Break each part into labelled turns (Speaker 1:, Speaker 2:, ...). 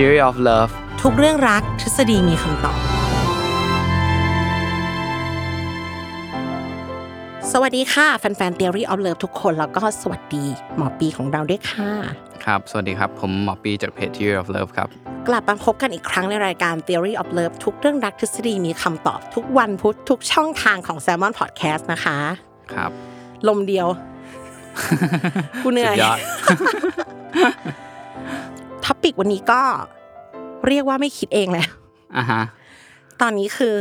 Speaker 1: Theory of Love
Speaker 2: ทุกเรื่องรักทฤษฎีมีคำตอบ สวัสดีค่ะ แฟนๆ Theory of Love ทุกคน แล้วก็สวัสดีหมอปีของเราด้วยค่ะ
Speaker 1: ครับ สวัสดีครับ ผมหมอปีจากเพจ Theory of Love ครับ
Speaker 2: กลับมาพบกันอีกครั้งในรายการ Theory of Love ทุกเรื่องรักทฤษฎีมีคำตอบ ทุกวันพุธทุกช่องทางของ Salmon Podcast นะคะ
Speaker 1: ครับ
Speaker 2: ลมเดียว กูเหนื่อย
Speaker 1: สุดยอด
Speaker 2: ท็อปิกวันนี้ก็เรียกว่าไม่คิดเองแล้ว
Speaker 1: อ่ะฮะ
Speaker 2: ตอนนี้คือ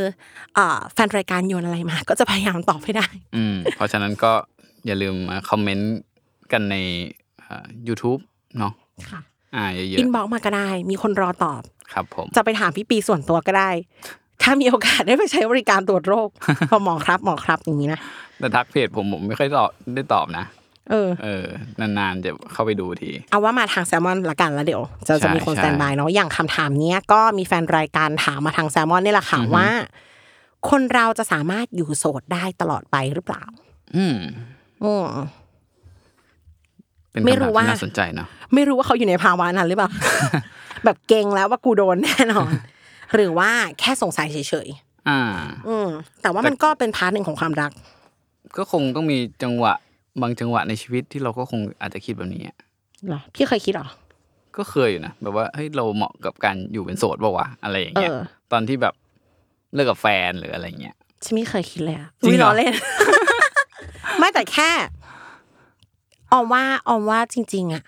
Speaker 2: เอ่อแฟนรายการโยนอะไรมา ก็จะพยายามตอบให้ได้
Speaker 1: อืม เพราะฉะนั้นก็อย่าลืมมาคอมเมนต์กันในเอ่อ YouTube เนาะ
Speaker 2: ค่ะ
Speaker 1: อ่า เยอะ
Speaker 2: อินบ็อกมาก็ได้ มีคนรอตอบ
Speaker 1: ๆ ครับผม
Speaker 2: จะไปถามพี่ปีส่วนตัวก็ได้ ถ้ามีโอกาสได้ไปใช้บริการตรวจโรค พอหมอครับหมอครับอย่างนี้นะ
Speaker 1: แต่ทักเพจผมผมไม่ค่อยตอบได้ตอบนะ
Speaker 2: เออ
Speaker 1: เออ นานๆ จะเข้าไปดูที
Speaker 2: เอาว่ามาทางแซลมอนละกันแล้วเดี๋ยวจะ
Speaker 1: ใช่
Speaker 2: จะมีคน
Speaker 1: ใช่
Speaker 2: สแตนบายเนาะ อย่างคำถามเนี้ยก็มีแฟนรายการถามมาทางแซลมอนนี่แหละค่ะ
Speaker 1: อือฮึ
Speaker 2: ว่า คนเราจะสามารถอยู่โสดได้ตลอดไปหรือเปล่า
Speaker 1: อืม
Speaker 2: อืม
Speaker 1: เป็น
Speaker 2: ไม่
Speaker 1: คำถา
Speaker 2: รู้
Speaker 1: ม
Speaker 2: ว่า
Speaker 1: ที่น่าสนใจเนาะ
Speaker 2: ไม่รู้ว่าเขาอยู่ในภาวะนั้นหรือเปล่า แบบเก่งแล้วว่ากูโดนแน่นอน หรือว่าแค่สงสัยเฉย
Speaker 1: อ่า
Speaker 2: ๆอืม แต่ว่ามันก็เป็นพาร์ทหนึ่งของความรัก
Speaker 1: ก็คงต้องมีจังหวะ บางจังหวะในชีวิตที่เราก็คงอาจจะคิดแบบนี้อะ
Speaker 2: เหรอ พี่เคยคิดเหรอ
Speaker 1: ก็เคยอยู่นะ แบบว่าเฮ้ยเราเหมาะกับการอยู่เป็นโสดเปล่าวะอะไรอย่างเงี้ย
Speaker 2: เออ
Speaker 1: ตอนที่แบบเลิกกับแฟนหรืออะไรเงี้ย
Speaker 2: ฉันไม่เคยคิดเลยอะ
Speaker 1: จริงเหรอ
Speaker 2: อุ๊ยล้อเล่ น ไม่แต่แค่ออมว่าออมว่าจริง ๆอะ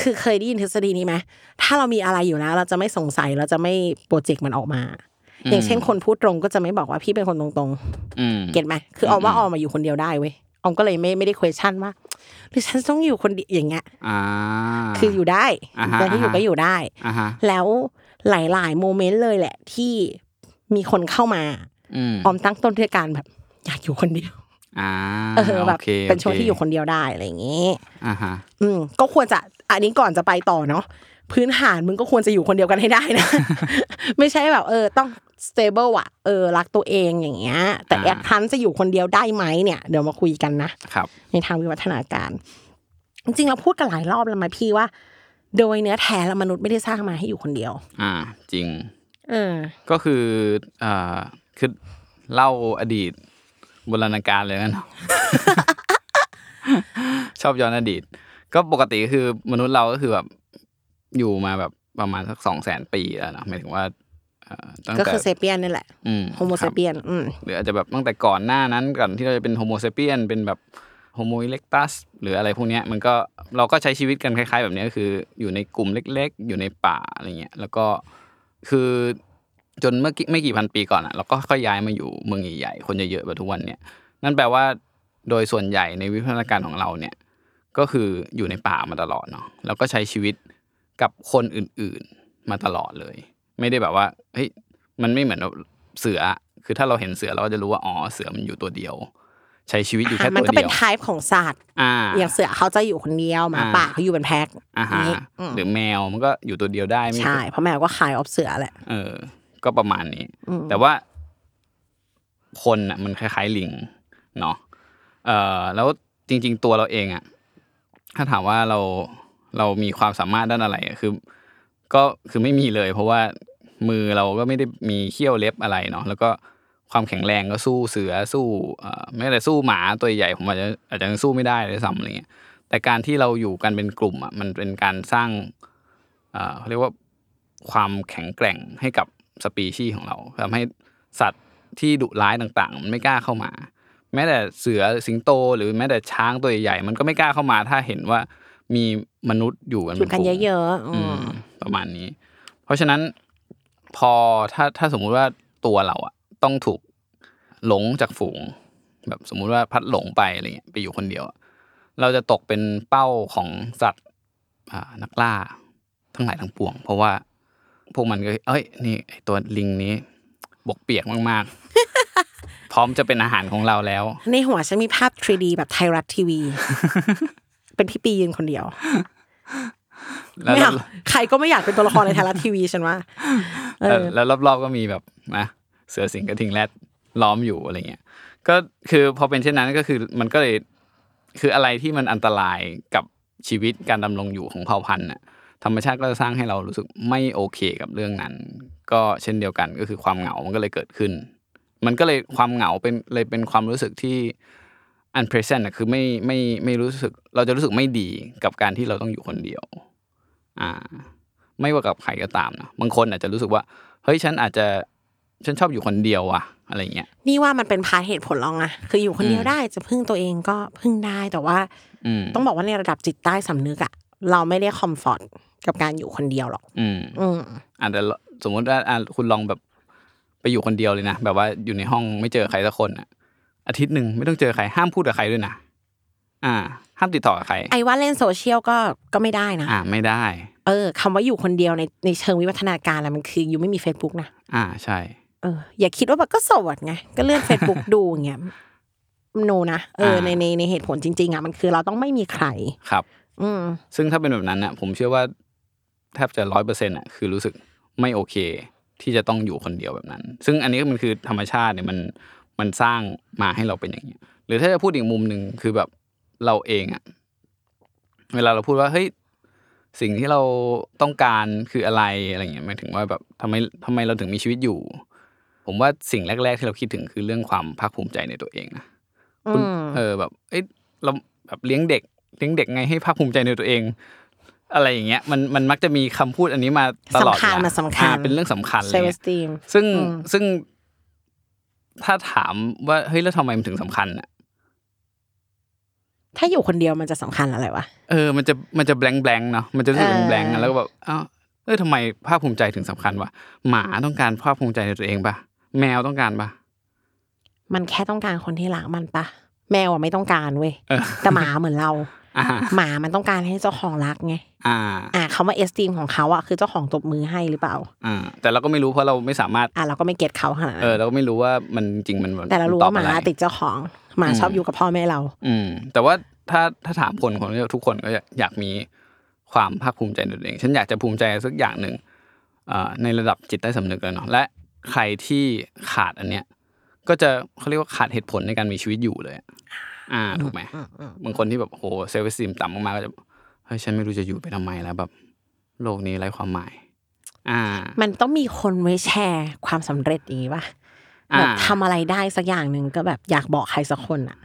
Speaker 2: คือเคยได้ยินทฤษฎีนี้ไหมถ้าเรามีอะไรอยู่แล้ว เราจะไม่สงสัยเราจะไม่โปรเจกต์มันออกมา อย่างเช่นคนพูดตรงก็จะไม่บอกว่าพี่เป็นคนตรง
Speaker 1: อืม
Speaker 2: ๆ เก็ตไหมคือออมว่าออมมาอยู่คนเดียวได้เว้ยออมก็เลยไม่ไม่ได้ question ว่าหรือฉันต้องอยู่คนเดียวอย่างเงี้ย
Speaker 1: อ่า
Speaker 2: คืออยู่ได้
Speaker 1: อ่าฮะ
Speaker 2: แต่ที่อยู่ก็อยู่ได้
Speaker 1: อ่าฮะ
Speaker 2: แล้วหลาย ๆ โมเมนต์เลยแหละ ที่มีคนเข้ามา
Speaker 1: อืม
Speaker 2: ออมตั้งต้นด้วยการแบบอยากอยู่คนเดียว
Speaker 1: อ่า
Speaker 2: เออแบบ
Speaker 1: โค
Speaker 2: เป็นช่วง
Speaker 1: โค
Speaker 2: ที่อยู่คนเดียวได้อะไรอย่างงี้
Speaker 1: อ่าฮะ
Speaker 2: อืมก็ควรจะอันนี้ก่อนจะไปต่อเนาะพื้นฐานมึงก็ควรจะอยู่คนเดียวกันให้ได้ นะ ไม่ใช่แบบ เออ ต้อง stable อ่ะเออรักตัวเองอย่างเงี้ย แต่
Speaker 1: อ่า
Speaker 2: แอดทันจะอยู่คนเดียวได้ไหมเนี่ยเดี๋ยวมาคุยกันนะ
Speaker 1: ครับ
Speaker 2: ในทางวิวัฒนาการ จริงๆเราพูดกันหลายรอบแล้วไหมาพี่ว่า โดยเนื้อแท้แล้วมนุษย์ไม่ได้สร้างมาให้อยู่คนเดียว
Speaker 1: อ่า จริง
Speaker 2: เออ
Speaker 1: ก็คืออ่าคือเล่าอดีตโบราณกาลเลยนะเนาะ ชอบย้อนอดีต ก็ปกติก็คือมนุษย์เราก็คือแบบอยู่มาแบบประมาณสักสองแสนปีแล้วเนอะหมายถึงว่าเอ่อตั้ง
Speaker 2: ก็
Speaker 1: แต่
Speaker 2: คือเซเปียนนี่แหละ
Speaker 1: อืม
Speaker 2: โฮโม
Speaker 1: ค
Speaker 2: เซ
Speaker 1: รับ
Speaker 2: เปียน อืม
Speaker 1: หรืออาจจะแบบตั้งแต่ก่อนหน้านั้นก่อนที่เราจะเป็นโฮโมเซเปียนเป็นแบบโฮโมอิเล็กตัสหรืออะไรพวกเนี้ยมันก็เราก็ใช้ชีวิตกันคล้าย ๆ แบบเนี้ยก็คืออยู่ในกลุ่มเล็ก ๆ อยู่ในป่าอะไรเงี้ยแล้วก็คือจนเมื่อกี้ไม่กี่พันปีก่อนอ่ะเราก็ค่อยย้ายมาอยู่เมืองใหญ่ๆคนเยอะๆแบบทุกวันเนี่ยนั่นแปลว่าโดยส่วนใหญ่ในวิวัฒนาการของเราเนี่ยก็คืออยู่ในป่ามาตลอดเนาะแล้วก็ใช้ชีวิตกับคนอื่นๆมาตลอดเลย ไม่ได้แบบว่าเฮ้ย มันไม่เหมือนแบบเสืออะคือถ้าเราเห็นเสือเราก็จะรู้ว่า อ๋อ เสือมันอยู่ตัวเดียว ใช้ชีวิตอยู่แค่
Speaker 2: มั
Speaker 1: ตั
Speaker 2: น
Speaker 1: ว
Speaker 2: ก็เป็
Speaker 1: เดีย
Speaker 2: น
Speaker 1: ว
Speaker 2: ไทป์ของสัตว์
Speaker 1: อ่า
Speaker 2: อย่างเสือเขาจะอยู่คนเดียวหมา
Speaker 1: อ่า
Speaker 2: ป่าเขาอยู่เป็นแพ็ค
Speaker 1: อ่าฮะ
Speaker 2: อย่างงี้อืม
Speaker 1: หรือแมวมันก็อยู่ตัวเดียวได้ไม่
Speaker 2: ใช่ เพราะแมวก็คลายออฟเสือแหละ
Speaker 1: เออ ก็ประมาณนี้
Speaker 2: อืม
Speaker 1: แต่ว่าคนอ่ะ มันคล้ายๆลิงเนาะ เอ่อ แล้วจริง ๆ ตัวเราเองอ่ะ ถ้าถามว่าเราเรามีความสามารถด้านอะไรอะคือ ก็คือไม่มีเลย เพราะว่ามือเราก็ไม่ได้มีเขี้ยวเล็บอะไรเนาะแล้วก็ ความแข็งแรงก็สู้เสือสู้เอ่อแม้แต่สู้หมาตัวใหญ่ผมอาจจะอาจจะยังสู้ไม่ได้เลยซ้ำอะไรเงี้ยแต่การที่เราอยู่กันเป็นกลุ่มอ่ะมันเป็นการสร้างเอ่อเขาเรียกว่าความแข็งแกร่งให้กับสปีชีส์ของเราทำให้สัตว์ที่ดุร้ายต่างๆ มันไม่กล้าเข้ามา แม้แต่เสือสิงโต หรือแม้แต่ช้างตัวใหญ่ๆมันก็ไม่กล้าเข้ามา ถ้าเห็นว่ามีมนุษย์อยู่กัน
Speaker 2: อ
Speaker 1: เป็
Speaker 2: ยู่
Speaker 1: น
Speaker 2: กั
Speaker 1: ก
Speaker 2: น
Speaker 1: ลุ่ม
Speaker 2: เยอะๆอื
Speaker 1: อื
Speaker 2: ม
Speaker 1: มประมาณนี้ เพราะฉะนั้นพอถ้าถ้าสมมุติว่าตัวเราอะต้องถูกหลงจากฝูง แบบสมมุติว่าพัดหลงไปอะไรเงี้ยไปอยู่คนเดียวอะเราจะตกเป็นเป้าของสัตว์อ่านักล่า ทั้งหลายทั้งปวง เพราะว่าพวกมันก็เอ้ยนี่ไอ้ตัวลิงนี้ บกเปียกมากๆ พร้อมจะเป็นอาหารของเราแล้ว
Speaker 2: ในหัวฉันมีภาพ 3D แบบไทยรัฐทีวี เป็นพี่ปียืนคนเดียว
Speaker 1: แล้ว
Speaker 2: ไม่
Speaker 1: เรา
Speaker 2: เอาใครก็ไม่อยากเป็นตัวละครในไทยรัฐทีวีฉันว่า เออ
Speaker 1: แล้วรอบๆก็มีแบบนะเสือสิงห์กระทิงแรดล้อมอยู่อะไรเงี้ยก็คือพอเป็นเช่นนั้นก็คือมันก็เลยคืออะไรที่มันอันตรายกับชีวิตการดำรงอยู่ของเผ่าพันธุ์น่ะธรรมชาติก็จะสร้างให้เรารู้สึกไม่โอเคกับเรื่องนั้น ก็เช่นเดียวกันก็คือความเหงา มันก็เลยเกิดขึ้น มันก็เลยความเหงาเป็นเลยเป็นความรู้สึกที่ unpresent นะคือไม่ไม่ไม่รู้สึกเราจะรู้สึกไม่ดีกับการที่เราต้องอยู่คนเดียว อ่า ไม่ว่ากับใครก็ตามนะบางคนอาจจะรู้สึกว่า เฮ้ยฉันอาจจะฉันชอบอยู่คนเดียวว่ะอะไรเงี้ย
Speaker 2: นี่ว่ามันเป็นพาเหตุผลลองอะคืออยู่คนเดียวได้จะพึ่งตัวเองก็พึ่งได้แต่ว่า
Speaker 1: อืม
Speaker 2: ต้องบอกว่าในระดับจิตใต้สำนึกอะเราไม่ได้คอมฟอร์ตกับการอยู่คนเดียวหรอก
Speaker 1: อืม
Speaker 2: อืม
Speaker 1: อาจจะสมมุติว่าอ่ะคุณลองแบบไปอยู่คนเดียวเลยนะแบบว่าอยู่ในห้องไม่เจอใครสักคนอ่ะอาทิตย์หนึ่งไม่ต้องเจอใครห้ามพูดกับใครด้วยนะอ่า ห้ามติดต่อกับใคร
Speaker 2: ไอ้ว่าเล่นโซเชียลก็ก็ไม่ได้นะ
Speaker 1: อ่าไม่ได้
Speaker 2: เออคำว่าอยู่คนเดียวในในเชิงวิวัฒนาการอะมันคืออยู่ไม่มี Facebook นะ
Speaker 1: อ่าใช่
Speaker 2: เอออย่าคิดว่าแบบก็โสดไงก็เลื่อน Facebook ดูอย่างเงี้ยโนนะเออใน
Speaker 1: อ่า
Speaker 2: ในในเหตุผลจริง ๆอะมันคือเราต้องไม่มีใคร
Speaker 1: ครับ
Speaker 2: อืม
Speaker 1: ซึ่งถ้าเป็นแบบนั้นน่ะผมเชื่อว่าแทบจะร้อยเปอร์เซ็นต์อ่ะคือรู้สึกไม่โอเคที่จะต้องอยู่คนเดียวแบบนั้น ซึ่งอันนี้มันคือธรรมชาติเนี่ยมันมันสร้างมาให้เราเป็นอย่างเงี้ยหรือถ้าจะพูดอีกมุมหนึ่งคือแบบเราเองอ่ะเวลาเราพูดว่าเฮ้ยสิ่งที่เราต้องการคืออะไรอะไรเงี้ยหมายถึงว่าแบบทำไมทำไมเราถึงมีชีวิตอยู่ ผมว่าสิ่งแรก ๆ ที่เราคิดถึงคือเรื่องความภาคภูมิใจในตัวเองนะ คุณ
Speaker 2: อืม
Speaker 1: เออแบบเอ้ยเราแบบเลี้ยงเด็ก เลี้ยงเด็กไงให้ภาคภูมิใจในตัวเอง อะไรอย่างเงี้ยมันมันมักจะมีคำพูดอันนี้มาตลอด
Speaker 2: สำคัญ
Speaker 1: เวล
Speaker 2: มันสำคัญ
Speaker 1: อ่เป็นเรื่องสำคัญเล
Speaker 2: เซล
Speaker 1: ย
Speaker 2: ล์สตีม
Speaker 1: ซึ่ง
Speaker 2: อืม
Speaker 1: ซึ่งถ้าถามว่าเฮ้ยแล้วทำไมมันถึงสำคัญอ่ะ
Speaker 2: ถ้าอยู่คนเดียวมันจะสำคัญอะไรวะ
Speaker 1: เออมันจะมันจะแบงแบงเนาะมันจะรู้สึก
Speaker 2: เอ
Speaker 1: แบ
Speaker 2: อ
Speaker 1: งแบงแล้วก็แบบอ้าวเออทำไมภาคภูมิใจถึงสำคัญวะหมาต้องการภาคภูมิใจในตัวเองปะแมวต้องการปะ
Speaker 2: มันแค่ต้องการคนที่รักมันปะแมวอะไม่ต้องการเว้ย
Speaker 1: เออ
Speaker 2: แต่หมาเหมือนเรา
Speaker 1: อ่า
Speaker 2: หมามันต้องการให้เจ้าของรักไง
Speaker 1: อ่า
Speaker 2: อ่าคำว่าเอสตีมของเขาอ่ะคือเจ้าของตบมือให้หรือเปล่า
Speaker 1: อ่าแต่เราก็ไม่รู้เพราะเราไม่สามารถ
Speaker 2: อ่ะเราก็ไม่เก็ตเขาขนาด
Speaker 1: เอ
Speaker 2: นั้
Speaker 1: อน เราก็ไม่รู้ว่ามันจริงมันบบ
Speaker 2: แต่เรารู้ว่าห
Speaker 1: น
Speaker 2: มา
Speaker 1: อบอะไร
Speaker 2: ติดเจ้าของ หมา
Speaker 1: อืม
Speaker 2: ชอบอยู่กับพ่อแม่เรา
Speaker 1: อืม แต่ว่าถ้าถ้าถามคนคนก็ทุกคนก็อยากอยากมีความภาคภูมิใจในตัวเองฉันอยากจะภูมิใจสักอย่างหนึ่งเอ่อในระดับจิตใต้สำนึกเลยเนาะและใครที่ขาดอันเนี้ยก็จะเขาเรียกว่าขาดเหตุผลในการมีชีวิตอยู่เลยอะอ่าถูกไหมบางคนที่แบบโหเซลฟ์สติมต่ำมากๆก็จะเฮ้ยฉันไม่รู้จะอยู่ไปทำไมแล้วแบบ โลกนี้ไร้ความหมาย อ่า
Speaker 2: มันต้องมีคนไว้แชร์ความสำเร็จอย่างนี้ป่ะ
Speaker 1: อ่า
Speaker 2: แบบทำอะไรได้สักอย่างหนึ่งก็แบบอยากบอกใครสักคนอ่ะ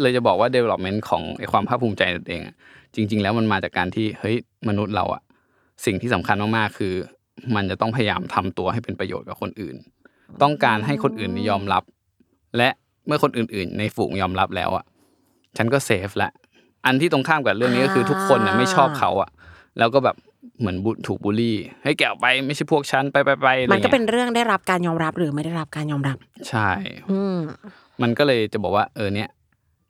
Speaker 1: เลยจะบอกว่า development ของไอความภาคภูมิใจในตัวเองอะจริง ๆ แล้วมันมาจากการที่เฮ้ยมนุษย์เราอะสิ่งที่สำคัญมากๆคือ มันจะต้องพยายามทำตัวให้เป็นประโยชน์กับคนอื่น ต้องการให้คนอื่นยอมรับ และเมื่อคนอื่น ๆ ในฝูงยอมรับแล้วอะฉันก็เซฟละอันที่ตรงข้ามกับเรื่องนี้ก็คือทุกคนนะไม่ชอบเขาอะแล้วก็แบบเหมือนบุถูกบูลลี่ให้ยแกออกไปไม่ใช่พวกฉันไปไปไปอะไร
Speaker 2: มันก็
Speaker 1: งี้ย
Speaker 2: เป็นเรื่องได้รับการยอมรับหรือไม่ได้รับการยอมรับ
Speaker 1: ใช่
Speaker 2: อืม
Speaker 1: มันก็เลยจะบอกว่า เออเนี่ย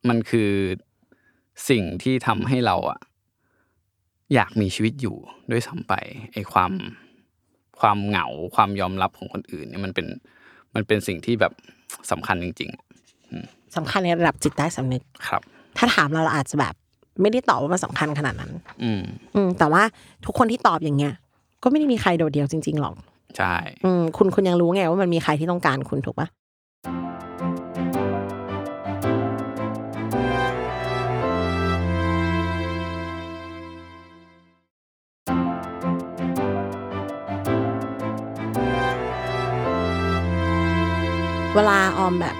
Speaker 1: มันคือสิ่งที่ทำให้เราอะอยากมีชีวิตอยู่ด้วยซ้ำไปไอ้ความความเหงาความยอมรับของคนอื่นเนี่ยมันเป็นมันเป็นสิ่งที่แบบสำคัญจริง ๆอะ
Speaker 2: สำคัญในระดับจิตใต้สำนึก
Speaker 1: ครับ
Speaker 2: ถ้าถามเราเราอาจจะแบบไม่ได้ตอบว่ามันสำคัญขนาดนั้น
Speaker 1: อืม
Speaker 2: อืม แต่ว่าทุกคนที่ตอบอย่างเงี้ย ก็ไม่ได้มีใครโดดเดี่ยวจริงๆหรอก
Speaker 1: ใช่
Speaker 2: อืมคุณคุณยังรู้ไงว่ามันมีใครที่ต้องการคุณถูกปะ เวลาออมแบบ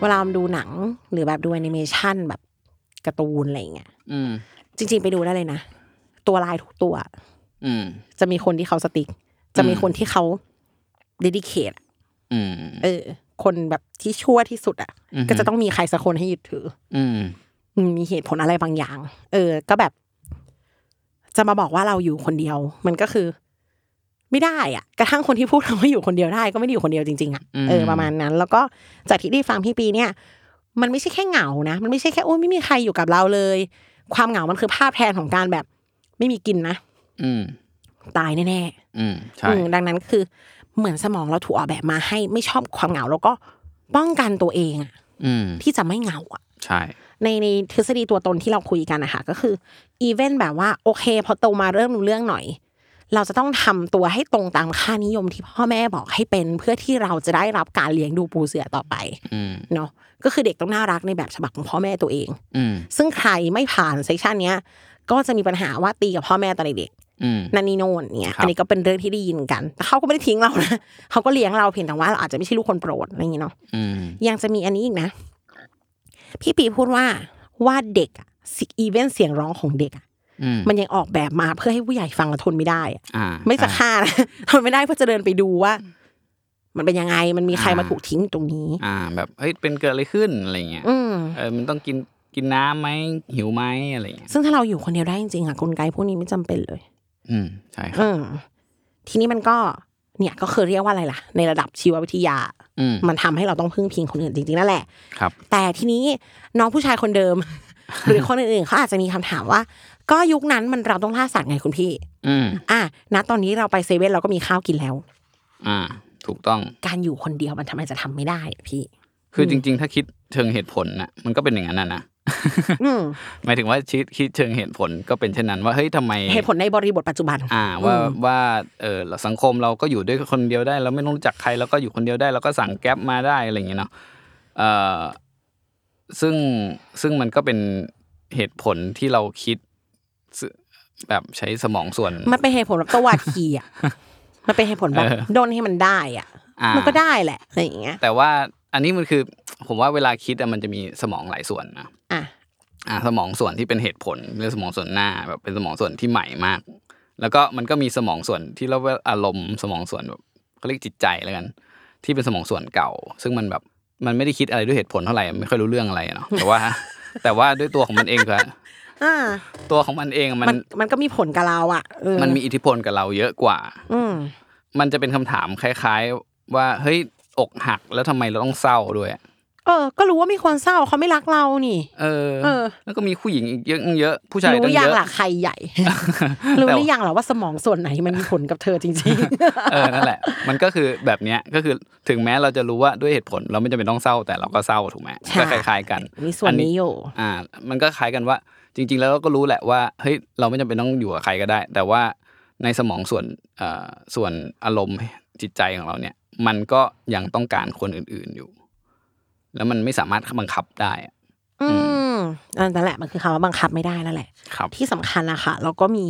Speaker 2: เวลาออมดูหนังหรือแบบดูแอนิเมชันแบบการ์ตูนอะไรอย่างเงี้ย
Speaker 1: อืม
Speaker 2: จริง ๆ ไปดูได้เลยนะ ตัวลายทุกตัว
Speaker 1: อืม
Speaker 2: จะมีคนที่เขาสติ๊ก จะมีคนที่เขาเดดิเคท
Speaker 1: อืม
Speaker 2: เออ คนแบบที่ชั่วที่สุดอ่ะ
Speaker 1: อือฮึ
Speaker 2: ก็จะต้องมีใครสักคนให้ยึดถือ
Speaker 1: อืม
Speaker 2: อืมมีเหตุผลอะไรบางอย่าง เออ ก็แบบ จะมาบอกว่าเราอยู่คนเดียว มันก็คือ ไม่ได้อ่ะ กระทั่งคนที่พูดคำว่าอยู่คนเดียวได้ ก็ไม่ได้อยู่คนเดียวจริงๆอ่ะ
Speaker 1: อืม
Speaker 2: เออประมาณนั้น แล้วก็จากที่ได้ฟังพี่ปีเนี่ย มันไม่ใช่แค่เหงานะ มันไม่ใช่แค่โอ้ยไม่มีใครอยู่กับเราเลย ความเหงามันคือภาพแทนของการแบบ ไม่มีกินนะ
Speaker 1: อืม
Speaker 2: ตายแน่ๆ
Speaker 1: อืม ใช่
Speaker 2: อืมดังนั้นคือเหมือนสมองเราถูกออกแบบมาให้ไม่ชอบความเหงาแล้วก็ป้องกันตัวเองอะ
Speaker 1: อืม
Speaker 2: ที่จะไม่เหงาอะ
Speaker 1: ใช่
Speaker 2: ในในทฤษฎีตัวตนที่เราคุยกันนะคะก็คืออีเวนแบบว่าโอเคพอโตมาเริ่มรู้เรื่องหน่อย เราจะต้องทำตัวให้ตรงตามค่านิยมที่พ่อแม่บอกให้เป็น เพื่อที่เราจะได้รับการเลี้ยงดูปูเสือต่อไป
Speaker 1: อืม
Speaker 2: เนาะก็คือเด็กต้องน่ารักในแบบฉบับของพ่อแม่ตัวเอง
Speaker 1: อืม
Speaker 2: ซึ่งใครไม่ผ่านเซสชันเนี้ยก็จะมีปัญหาว่าตีกับพ่อแม่ตอนเด็ก
Speaker 1: อืม
Speaker 2: นันนี่โน่นเนี่ย
Speaker 1: ครับ
Speaker 2: อันนี้ก็เป็นเรื่องที่ได้ยินกันแต่เขาก็ไม่ได้ทิ้งเรานะ เขาก็เลี้ยงเราเพียงแต่ว่าเราอาจจะไม่ใช่ลูกคนโปรดอะไรอย่างเงี้เนาะ
Speaker 1: อืม
Speaker 2: ยังจะมีอันนี้อีกนะ พี่ปีพูดว่าว่าเด็กอะอีเวนเสียงร้องของเด็กอะ
Speaker 1: อืม
Speaker 2: มันยังออกแบบมาเพื่อให้ผู้ใหญ่ฟังแล้วทนไม่ได้อะ
Speaker 1: อ่า
Speaker 2: ไม่จะ
Speaker 1: ใช่
Speaker 2: ฆ่านะ ทนไม่ได้เพื่อจะเดินไปดูว่า มันเป็นยังไงมันมีใครมา
Speaker 1: อ่า
Speaker 2: ถูกทิ้งอยู่ตรงนี้
Speaker 1: อ่า แบบเฮ้ยเป็นเกิดอะไรขึ้นอะไรเงี้ย
Speaker 2: อืม
Speaker 1: เออมันต้องกินกินน้ำไหมหิวไหมอะไรเงี้ย
Speaker 2: ซึ่งถ้าเราอยู่คนเดียวได้จริงๆอะกลไกพวกนี้ไม่จำเป็นเลย
Speaker 1: อืม ใช่ครับ
Speaker 2: อืมทีนี้มันก็เนี่ยก็คือเรียกว่าอะไรล่ะ ในระดับชีววิทยา
Speaker 1: อืม
Speaker 2: มันทำให้เราต้องพึ่งพิงคนอื่นจริงๆนั่นแหละ
Speaker 1: ครับ
Speaker 2: แต่ทีนี้น้องผู้ชายคนเดิม หรือคนอื่นๆเขาอาจจะมีคำถามว่า ก็ยุคนั้นมันเราต้องล่าสัตว์ไงคุณพี่
Speaker 1: อืม
Speaker 2: อ่ะณตอนนี้เราไปเซเว่นเราก็มีข้าวกินแล้ว
Speaker 1: อ่า ถูกต้อง
Speaker 2: การอยู่คนเดียวมันทำไมจะทำไม่ได้อะพี่
Speaker 1: คือจริง ๆ ถ้าคิดเชิงเหตุผลนะมันก็เป็นอย่างนั้นนะนะ
Speaker 2: อืม
Speaker 1: หมายถึงว่าคิดคิดเชิงเหตุผลก็เป็นเช่นนั้นว่าเฮ้ยทำไม
Speaker 2: เหตุผลในบริบทปัจจุบัน
Speaker 1: อ่าว่า
Speaker 2: อืม
Speaker 1: ว่าเออสังคมเราก็อยู่ด้วยคนเดียวได้เราไม่ต้องรู้จักใครเราก็อยู่คนเดียวได้เราก็สั่งแก๊ปมาได้อะไรอย่างเงี้ยเนาะเอ่อซึ่งซึ่งมันก็เป็นเหตุผลที่เราคิดซึ่งแบบใช้สมองส่วน
Speaker 2: มันเป็นเหตุผลแบบตวาดขี่อ่ะ มันเป็นเหตุผลแบบ
Speaker 1: เออ
Speaker 2: โดนให้มันได้อ่ะ
Speaker 1: อ่ามั
Speaker 2: มันก็ได้แหละอะไรอย่างเงี้ย
Speaker 1: แต่ว่าอันนี้มันคือผมว่าเวลาคิดอะมันจะมีสมองหลายส่วนนะ
Speaker 2: อ่ะ
Speaker 1: อ่าสมองส่วนที่เป็นเหตุผลเรื่องสมองส่วนหน้าแบบเป็นสมองส่วนที่ใหม่มาก แล้วก็มันก็มีสมองส่วนที่เราเรียกว่าอารมณ์สมองส่วนแบบเขาเรียกจิตใจแล้วกัน ที่เป็นสมองส่วนเก่า ซึ่งมันแบบมันไม่ได้คิดอะไรด้วยเหตุผลเท่าไหร่ไม่ค่อยรู้เรื่องอะไรอะเนาะแต่ว่า แต่ว่าด้วยตัวของมันเองก็
Speaker 2: อ่า
Speaker 1: ตัวของมันเองมัน
Speaker 2: มันมันก็มีผลกับเราอ่ะเออ
Speaker 1: มันมีอิทธิพลกับเราเยอะกว่า
Speaker 2: อืม
Speaker 1: มันจะเป็นคำถามคล้าย ๆ ว่าเฮ้ยอกหักแล้วทำไมเราต้องเศร้าด้วยอะ
Speaker 2: เออ ก็รู้ว่ามีคนเศร้าเขาไม่รักเรานี่
Speaker 1: เออ
Speaker 2: เออ
Speaker 1: แล้วก็มีผู้หญิงอีกเยอะเยอะผู้ชายตั้
Speaker 2: รู้
Speaker 1: ง
Speaker 2: ยั
Speaker 1: เย
Speaker 2: ง
Speaker 1: อะ
Speaker 2: ล่ะใครใหญ่ รู้หรือยังล่ะว่าสมองส่วนไหนมันมีผลกับเธอจริง
Speaker 1: เออ นั่นแหละ มันก็คือแบบเนี้ย ก็คือถึงแม้เราจะรู้ว่าด้วยเหตุผลเราไม่จำเป็นต้องเศร้าแต่เราก็เศร้าถูกไหม
Speaker 2: ใช่
Speaker 1: ก็คล้ายๆกัน
Speaker 2: ๆ มีส่วนนี้อยู่
Speaker 1: อ่า มันก็คล้ายกันว่า จริง ๆ แล้วเราก็รู้แหละว่า เฮ้ย เราไม่จำเป็นต้องอยู่กับใครก็ได้ แต่ว่าในสมองส่วนเอ่อส่วนอารมณ์จิตใจของเราเนี่ย มันก็ยังต้องการคนอื่นๆอยู่ แล้วมันไม่สามารถบังคับได้อะ
Speaker 2: อืมอันนั่นแหละมันคือคำว่าบังคับไม่ได้นั่นแหละ
Speaker 1: ครับ
Speaker 2: ที่สำคัญนะคะ แล้วก็มี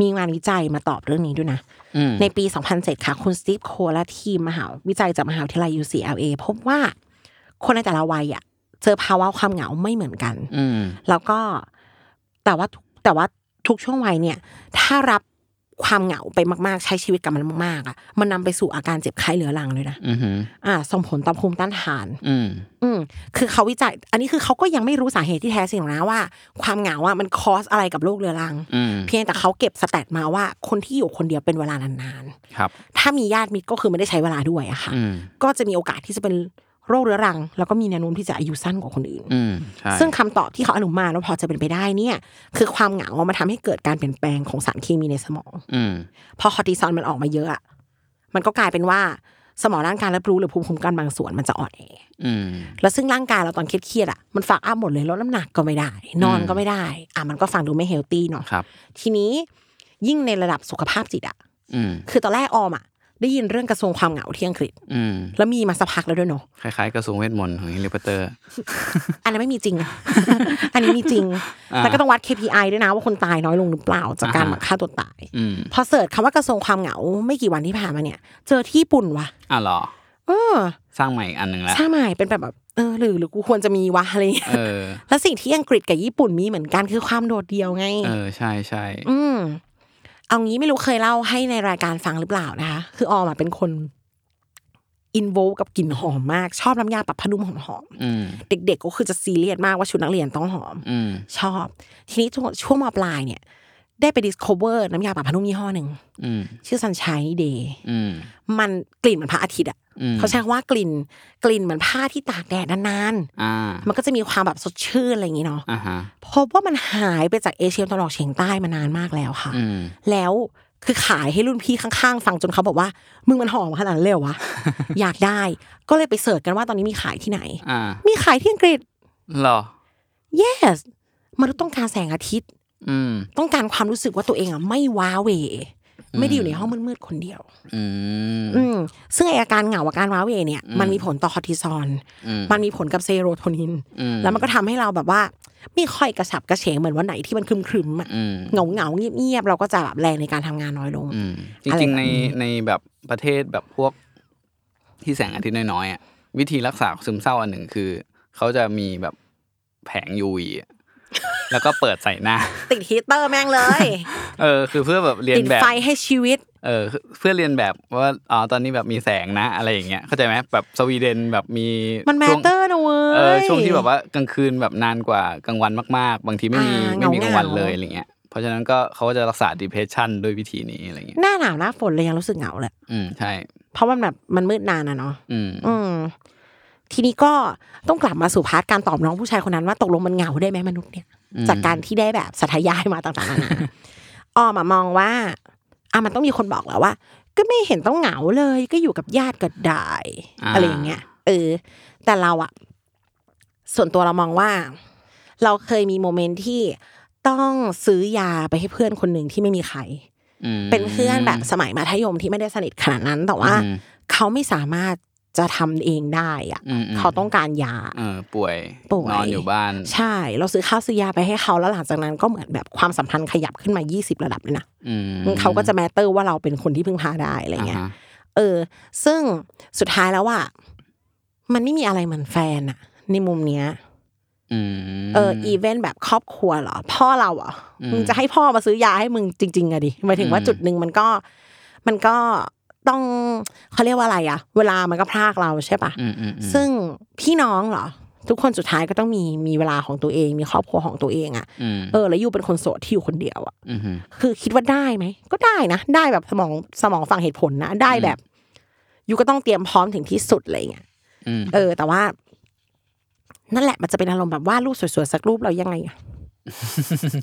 Speaker 2: มีงานวิจัยมาตอบเรื่องนี้ด้วยนะ
Speaker 1: อืม
Speaker 2: ในปี 2007 ค่ะ คุณสตีฟโคและทีมมหาวิจัยจากมหาวิทยาลัย UCLA พบว่า คนในแต่ละวัยอ่ะ เจอภาวะความเหงาไม่เหมือนกัน
Speaker 1: อืม
Speaker 2: แล้วก็แต่ว่าทุกแต่ว่าทุกช่วงวัยเนี่ย ถ้ารับความเหงาไปมากๆ ใช้ชีวิตกับมันมากๆอ่ะมันนำไปสู่อาการเจ็บไข้เรื้อรังเลยนะ
Speaker 1: อืม
Speaker 2: อ่าส่งผลต่อภูมิต้านทาน
Speaker 1: อืม
Speaker 2: อืมคือเขาวิจัย อันนี้คือเขาก็ยังไม่รู้สาเหตุที่แท้จริงหรอกนะว่า ความเหงาอ่ะมันคอสอะไรกับโรคเรื้อรัง
Speaker 1: อืม
Speaker 2: เพียงแต่เขาเก็บสแตทมาว่า คนที่อยู่คนเดียวเป็นเวลานาน
Speaker 1: ครับ
Speaker 2: ๆถ้ามีญาติมิตรก็คือไม่ได้ใช้เวลาด้วยอะค่ะ
Speaker 1: อืม
Speaker 2: ก็จะมีโอกาสที่จะเป็นโรคเรื้อรัง แล้วก็มีแนวโน้มที่จะอายุสั้นกว่าคนอื่น
Speaker 1: อืม ใช่
Speaker 2: ซึ่งคำตอบที่เขาอนุมานว่าพอจะเป็นไปได้เนี่ย คือความเหงามันทำให้เกิดการเปลี่ยนแปลงของสารเคมีในสมอง
Speaker 1: อืม
Speaker 2: พอคอร์ติซอลมันออกมาเยอะอะมันก็กลายเป็นว่าสมองร่างกายรับรู้หรือภูมิคุ้มกันบางส่วนมันจะอ่อนแอ
Speaker 1: อืม
Speaker 2: แล้วซึ่งร่างกายเราตอนเครียดๆอะมันฝากอ้าหมดเลยลดน้ำหนักก็ไม่ได้ นอนก็ไม่ได้อ่ะมันก็ฟังดูไม่เฮลตี้เนาะ
Speaker 1: ครับ
Speaker 2: ทีนี้ยิ่งในระดับสุขภาพจิตอะ
Speaker 1: อืม
Speaker 2: คือตอนแรกออมอะได้ยินเรื่องกระทรวงความเหงาที่อังกฤษ
Speaker 1: อืม
Speaker 2: แล้วมีมาสักพักแล้วด้วยเนาะ
Speaker 1: คล้ายๆกระทรวงเวทมนต์ของแฮร์รี่พอตเตอร์
Speaker 2: อันนั้นไม่มีจริง อันนี้มีจริงแล้วก็ต้องวัด KPI ด้วยนะว่าคนตายน้อยลงหรือเปล่าจากการ
Speaker 1: อ่าฮะ
Speaker 2: ฆ่าตัวตาย
Speaker 1: อืม
Speaker 2: พอเสิร์ชคำว่ากระทรวงความเหงาไม่กี่วันที่ผ่านมาเนี่ย เจอที่ญี่ปุ่นว่ะ
Speaker 1: อ่ะเหรอ
Speaker 2: เออ
Speaker 1: สร้างใหม่อีกอันหนึ่งแล้ว
Speaker 2: ใช่ไหมเป็นแบบแบบเออหรือหรือกูควรจะมีวะอะไรเงี้ย
Speaker 1: เออ
Speaker 2: แล้วสิ่งที่อังกฤษกับญี่ปุ่นมีเหมือนกันคือความโดดเดี่ยวไง
Speaker 1: เออใช่ใช่
Speaker 2: อืมเอางี้ไม่รู้เคยเล่าให้ในรายการฟังหรือเปล่านะคะ คือออมอะเป็นคนอินโวกับกลิ่นหอมมาก ชอบน้ำยาปรับผ้านุ่มหอม
Speaker 1: อืม
Speaker 2: ๆเด็กๆก็คือจะซีเรียสมากว่าชุดนักเรียนต้องหอม
Speaker 1: อืม
Speaker 2: ชอบ ทีนี้ช่วงช่วงมปลายเนี่ย ได้ไปดิสค o เวอร์น้ำยาปรับผ้านุ่มยี่ห้อหนึ่ง
Speaker 1: อืม
Speaker 2: ชื่อ Sunshine Day
Speaker 1: อืม
Speaker 2: มันกลิ่นเหมือนพระอาทิตย์อ่ะ
Speaker 1: อืม
Speaker 2: เขาใช้คำว่ากลิ่น กลิ่นเหมือนผ้าที่ตากแดดนาน
Speaker 1: อ่า
Speaker 2: ๆมันก็จะมีความแบบสดชื่นอะไรอย่างงี้เนาะ
Speaker 1: อ่าฮะ
Speaker 2: พบว่ามันหายไปจากเอเชียตะวันออกเฉียงใต้มานานมากแล้วค่ะ
Speaker 1: อืม
Speaker 2: แล้วคือขายให้รุ่นพี่ข้างๆ ฟังจนเขาบอกว่า มึงมันหอมขนาดนั้นเลยเหร็ววะ อยากได้ ก็เลยไปเสิร์ชกันว่าตอนนี้มีขายที่ไหน
Speaker 1: อ่า
Speaker 2: มีขายที่อังกฤษ
Speaker 1: หรอ
Speaker 2: yes มนุษย์ต้องการแสงอาทิตย์
Speaker 1: อืม
Speaker 2: ต้องการความรู้สึกว่าตัวเองอ่ะไม่ว้าเหวไม่ได้อยู่ในห้องมืดๆคนเดียว
Speaker 1: อืม
Speaker 2: อืมซึ่งไออาการเหงาอาการว้าเหวเนี่ย
Speaker 1: อืม
Speaker 2: มันมีผลต่อคอร์ติซอล
Speaker 1: อืม
Speaker 2: มันมีผลกับเซโรโทนิน
Speaker 1: อื
Speaker 2: แล้วมันก็ทำให้เราแบบว่าไม่ค่อยกระฉับกระเฉงเหมือนวันไหนที่มันครึมๆอะ
Speaker 1: อืม
Speaker 2: เหงาเงาๆเงียบๆเราก็จะแบบแรงในการทำงานน้อยลง
Speaker 1: อืมจ
Speaker 2: อะไร
Speaker 1: ริงๆ
Speaker 2: แบบ
Speaker 1: ใน
Speaker 2: นี้
Speaker 1: ในแบบประเทศแบบพวกที่แสงอาทิตย์น้อยๆอ่ะวิธีรักษาซึมเศร้าอันหนึ่งคือ เขาจะมีแบบแผงยูวีแล้วก็เปิดใส่หน้า
Speaker 2: ติดฮีตเตอร์แม่งเลย
Speaker 1: เออ คือเพื่อแบบเรียน
Speaker 2: ติด
Speaker 1: แบบ
Speaker 2: ไฟให้ชีวิต
Speaker 1: เออคือเพื่อเรียนแบบว่าอ๋อตอนนี้แบบมีแสงนะ อะไรอย่างเงี้ยเข้าใจไหมแบบสวีเดนแบบมี
Speaker 2: มันแม
Speaker 1: ช่
Speaker 2: ต
Speaker 1: วง
Speaker 2: เตอร์นะเว้ย
Speaker 1: เออช่วงที่แบบว่ากลางคืนแบบนานกว่ากลางวันมาก ๆ บางทีไม่มี
Speaker 2: อ่า
Speaker 1: ไม่มีกลางวัน
Speaker 2: เหงาๆ
Speaker 1: เลยอะไรเงี้ยเพราะฉะนั้นก็เขาก็จะรักษา depression ด้วยวิธีนี้อะไรเงี้ย
Speaker 2: หน้าหนาวหน้าฝนเลยยังรู้สึกเหงาเลย
Speaker 1: อืมใช่
Speaker 2: เพราะมันแบบมันมืดนานนะเนาะ
Speaker 1: อืม
Speaker 2: อืม ทีนี้ก็ต้องกลับมาสู่พาร์ทการตอบน้องผู้ชายคนนั้นว่าตกลงมันเหงาได้ไหมมนุษย์เนี่ย
Speaker 1: อืม
Speaker 2: จากการที่ได้แบบสัทยายมาต่างๆนา นา ออมามองว่าอ่ะมันต้องมีคนบอกแล้วว่า ก็ไม่เห็นต้องเหงาเลย ก็อยู่กับญาติก็ได้
Speaker 1: อ่า
Speaker 2: อะไรอย่างเงี้ยเออ แต่เราอะส่วนตัวเรามองว่า เราเคยมีโมเมนต์ที่ต้องซื้อยาไปให้เพื่อนคนหนึ่งที่ไม่มีใคร
Speaker 1: อืม
Speaker 2: เป็นเพื่อนแบบสมัยมัธยมที่ไม่ได้สนิทขนาดนั้น แต่ว่า
Speaker 1: อืม
Speaker 2: เขาไม่สามารถจะทำเองได้อะ
Speaker 1: อืมม
Speaker 2: เขาต้องการยา
Speaker 1: เออป่วย
Speaker 2: ป่วย
Speaker 1: นอนอยู่บ้าน
Speaker 2: ใช่ เราซื้อข้าวซื้อยาไปให้เขาแล้วหลังจากนั้นก็เหมือนแบบความสัมพันธ์ขยับขึ้นมา 20 ระดับเลยนะ
Speaker 1: อืม
Speaker 2: เขาก็จะแมตเตอร์ว่าเราเป็นคนที่พึ่งพาได้อะไรเงี้ย
Speaker 1: าฮะ
Speaker 2: เออ ซึ่งสุดท้ายแล้วว่า มันไม่มีอะไรเหมือนแฟนอะในมุมเนี้ย
Speaker 1: อืม
Speaker 2: เอออีเวนต์แบบครอบครัวเหรอ พ่อเราเหรอ่ะ
Speaker 1: อืม
Speaker 2: มึงจะให้พ่อมาซื้อยาให้มึงจริง ๆอะดิหมายถึงว่า
Speaker 1: อืม
Speaker 2: จุดหนึ่งมันก็ มันก็ต้องเขาเรียกว่าอะไรอะเวลามันก็พรากเราใช่ปะ
Speaker 1: อืมอืมอืม
Speaker 2: ซึ่งพี่น้องเหรอ ทุกคนสุดท้ายก็ต้องมีมีเวลาของตัวเอง มีครอบครัวของตัวเองอะ่ะ
Speaker 1: อืม
Speaker 2: เออแล้วอยู่เป็นคนโสดที่อยู่คนเดียวอะ่ะ
Speaker 1: อืม
Speaker 2: คือคิดว่าได้ไหมก็ได้นะได้แบบสมองสมองฟังเหตุผลนะได้แบบอยู่ก็ต้องเตรียมพร้อมถึงที่สุดอะไรเงี้ย
Speaker 1: อืม
Speaker 2: เออ แต่ว่า นั่นแหละมันจะเป็นอารมณ์แบบว่าดรูปสวยๆสักรูปเรายังไง อะ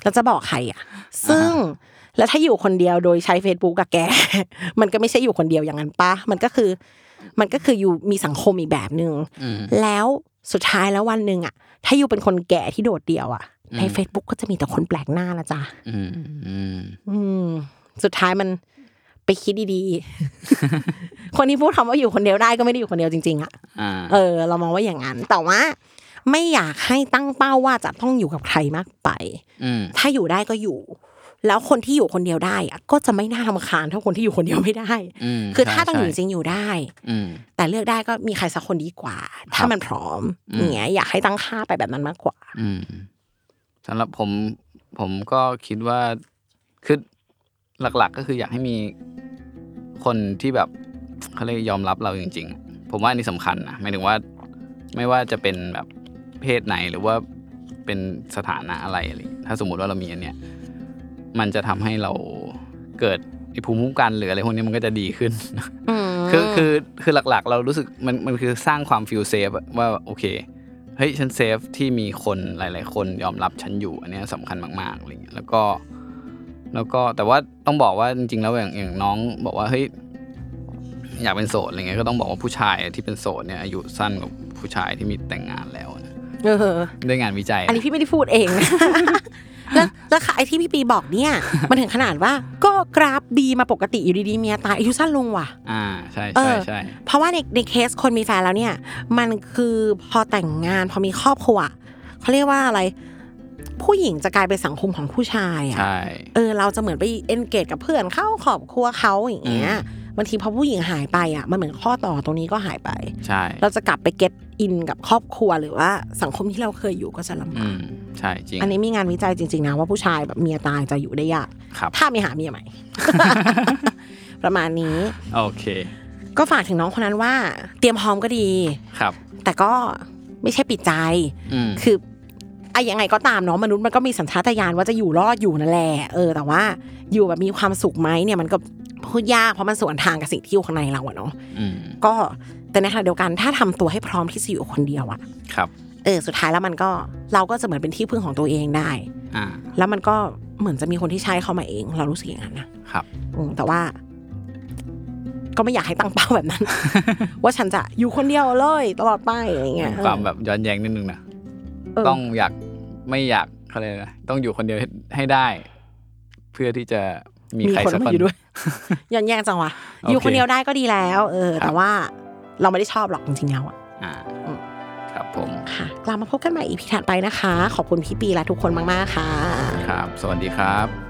Speaker 2: เราจะบอกใครอะซึ่งแล้วถ้าอยู่คนเดียวโดยใช้ Facebook กับแก มันก็ไม่ใช่อยู่คนเดียวอย่างนั้นปะมันก็คือ มันก็คืออยู่มีสังคมอีกแบบหนึ่ง
Speaker 1: อืม
Speaker 2: แล้วสุดท้ายแล้ววันหนึ่งอ่ะ ถ้าอยู่เป็นคนแก่ที่โดดเดี่ยวอ่ะ ใน
Speaker 1: อืม
Speaker 2: Facebook ก็จะมีแต่คนแปลกหน้านะจ๊ะ
Speaker 1: อืมอืม
Speaker 2: อืม สุดท้ายมันไปคิดดี ๆ คนที่พูดคำว่าอยู่คนเดียวได้ก็ไม่ได้อยู่คนเดียวจริงๆอ่ะ
Speaker 1: อ่า
Speaker 2: เออ เรามองว่าอย่างนั้น แต่ว่า ไม่อยากให้ตั้งเป้าว่าจะต้องอยู่กับใครมากไป
Speaker 1: อืม
Speaker 2: ถ้าอยู่ได้ก็อยู่ แล้วคนที่อยู่คนเดียวได้อ่ะ ก็จะไม่น่าทำคาญเท่าคนที่อยู่คนเดียวไม่ได้
Speaker 1: อืม
Speaker 2: คือถ้าต้องอยู่จ
Speaker 1: ใช่
Speaker 2: ริงๆอยู่ได้
Speaker 1: อืม
Speaker 2: แต่เลือกได้ก็มีใครสักคนดีกว่า
Speaker 1: ครั
Speaker 2: ถ้า
Speaker 1: บ
Speaker 2: มันพร้อม
Speaker 1: อืม
Speaker 2: อย่างเงี้ยอยากให้ตั้งค่าไปแบบนั้นมากกว่า
Speaker 1: อืมสำหรับผมผมก็คิดว่าคือหลักๆก็คืออยากให้มีคนที่แบบเขาเรียกยอมรับเราจริง ๆ ผมว่าอันนี้สำคัญนะหมายถึงว่า ไม่ว่าจะเป็นแบบเพศไหนหรือว่าเป็นสถานะอะไรอะไรอย่างเงี้ยถ้าสมมติว่าเรามีอันเนี้ยมันจะทำให้เราเกิดไอ้ภูมิคุ้มกันหรืออะไรพวกนี้มันก็จะดีขึ้น คือคือคือหลักๆ เรารู้สึกมันมันคือสร้างความฟิลเซฟว่าโอเคเฮ้ยฉันเซฟที่มีคนหลาย ๆ คนยอมรับฉันอยู่ อันเนี้ยสำคัญมากๆอะไรเงี้ยแล้วก็ แล้วก็แต่ว่าต้องบอกว่าจริง ๆ แล้วอย่างอย่างน้องบอกว่าเฮ้ยอยากเป็นโสดอะไรเงี้ยก็ต้องบอกว่าผู้ชายที่เป็นโสดเนี่ยอายุสั้นกว่าผู้ชายที่มีแต่งงานแล้วนะ
Speaker 2: เออ
Speaker 1: ด้วยงานวิจัย
Speaker 2: อันนี้พี่ไม่ได้พูดเอง แล้วแล้วค่ะไอที่พี่ปีบอก เนี่ย มันถึงขนาดว่าก็กราฟดีมาปกติอยู่ดีๆเมียตายอายุสั้นลงว่ะ
Speaker 1: อ่าใช่
Speaker 2: เอ
Speaker 1: ใช่
Speaker 2: อ
Speaker 1: ใช่
Speaker 2: เพราะว่าในในเคสคนมีแฟนแล้วเนี่ย มันคือพอแต่งงานพอมีครอบครัวเขาเรียกว่าอะไร ผู้หญิงจะกลายเป็นสังคมของผู้ชายอะ
Speaker 1: ใช่
Speaker 2: เออเราจะเหมือนไปเอนเกจกับเพื่อนเข้าครอบครัวเขาอย่างเงี้ย บางทีพอผู้หญิงหายไปอ่ะมันเหมือนข้อต่อตรงนี้ก็หายไป
Speaker 1: ใช่
Speaker 2: เราจะกลับไปเก็ตอินกับครอบครัวหรือว่าสังคมที่เราเคยอยู่ก็จะลำ
Speaker 1: อื
Speaker 2: บาก
Speaker 1: มใช่จริง
Speaker 2: อันนี้มีงานวิจัยจริงๆนะว่าผู้ชายแบบเมียตายจะอยู่ได้ยาก
Speaker 1: ครับ
Speaker 2: ถ้าไม่หาเมียใหม่ ประมาณนี้
Speaker 1: โอเค
Speaker 2: ก็ฝากถึงน้องคนนั้นว่า เตรียมพร้อมก็ดี
Speaker 1: ครับ
Speaker 2: แต่ก็ไม่ใช่ปิดใจ
Speaker 1: อืม
Speaker 2: คือไอ้ยังไงก็ตามเนาะมนุษย์มันก็มีสัญชาตญาณว่าจะอยู่รอดอยู่นั่นแหละเออแต่ว่าอยู่แบบมีความสุขไหมเนี่ยมันก็พูดยากเพราะมันสวนทางกับสิ่งที่อยู่ข้างในเราอะเนาะ
Speaker 1: อืม
Speaker 2: ก็แต่ในขณะเดียวกันถ้าทำตัวให้พร้อมที่จะอยู่คนเดียวอะ
Speaker 1: ครับ
Speaker 2: เออสุดท้ายแล้วมันก็เราก็จะเหมือนเป็นที่พึ่งของตัวเองได้
Speaker 1: อ่า
Speaker 2: แล้วมันก็เหมือนจะมีคนที่ใช้เข้ามาเอง เรารู้สึกอย่างนั้นนะครับ อืมแต่ว่า ก็ไม่อยากให้ตั้งเป้า แบบนั้น ว่าฉันจะอยู่คนเดียวเลยตลอดไปอะไรเงี้ย
Speaker 1: ความแบบย้อนแย้งนิดนึงนะ
Speaker 2: เออ
Speaker 1: ต้องอยากไม่อยากเขาเลยกอะไรนะต้องอยู่คนเดียวให้ให้ได้ เพื่อที่จะมี
Speaker 2: มี
Speaker 1: ใคร
Speaker 2: คน
Speaker 1: สัก
Speaker 2: มา
Speaker 1: คน
Speaker 2: อยู่ด้วย ย้อนแย่งจังวะ
Speaker 1: โอเค
Speaker 2: อยู่คนเดียวได้ก็ดีแล้ว เออ
Speaker 1: ครับ
Speaker 2: แต่ว่าเราไม่ได้ชอบหรอกจริงๆแล้วอะ
Speaker 1: อ่าครับผม
Speaker 2: ค่ะกลับมาพบกันใหม่อีพีถัดไปนะคะ ขอบคุณพี่ปีและทุกคนมากๆค่ะ
Speaker 1: ครับ สวัสดีครับ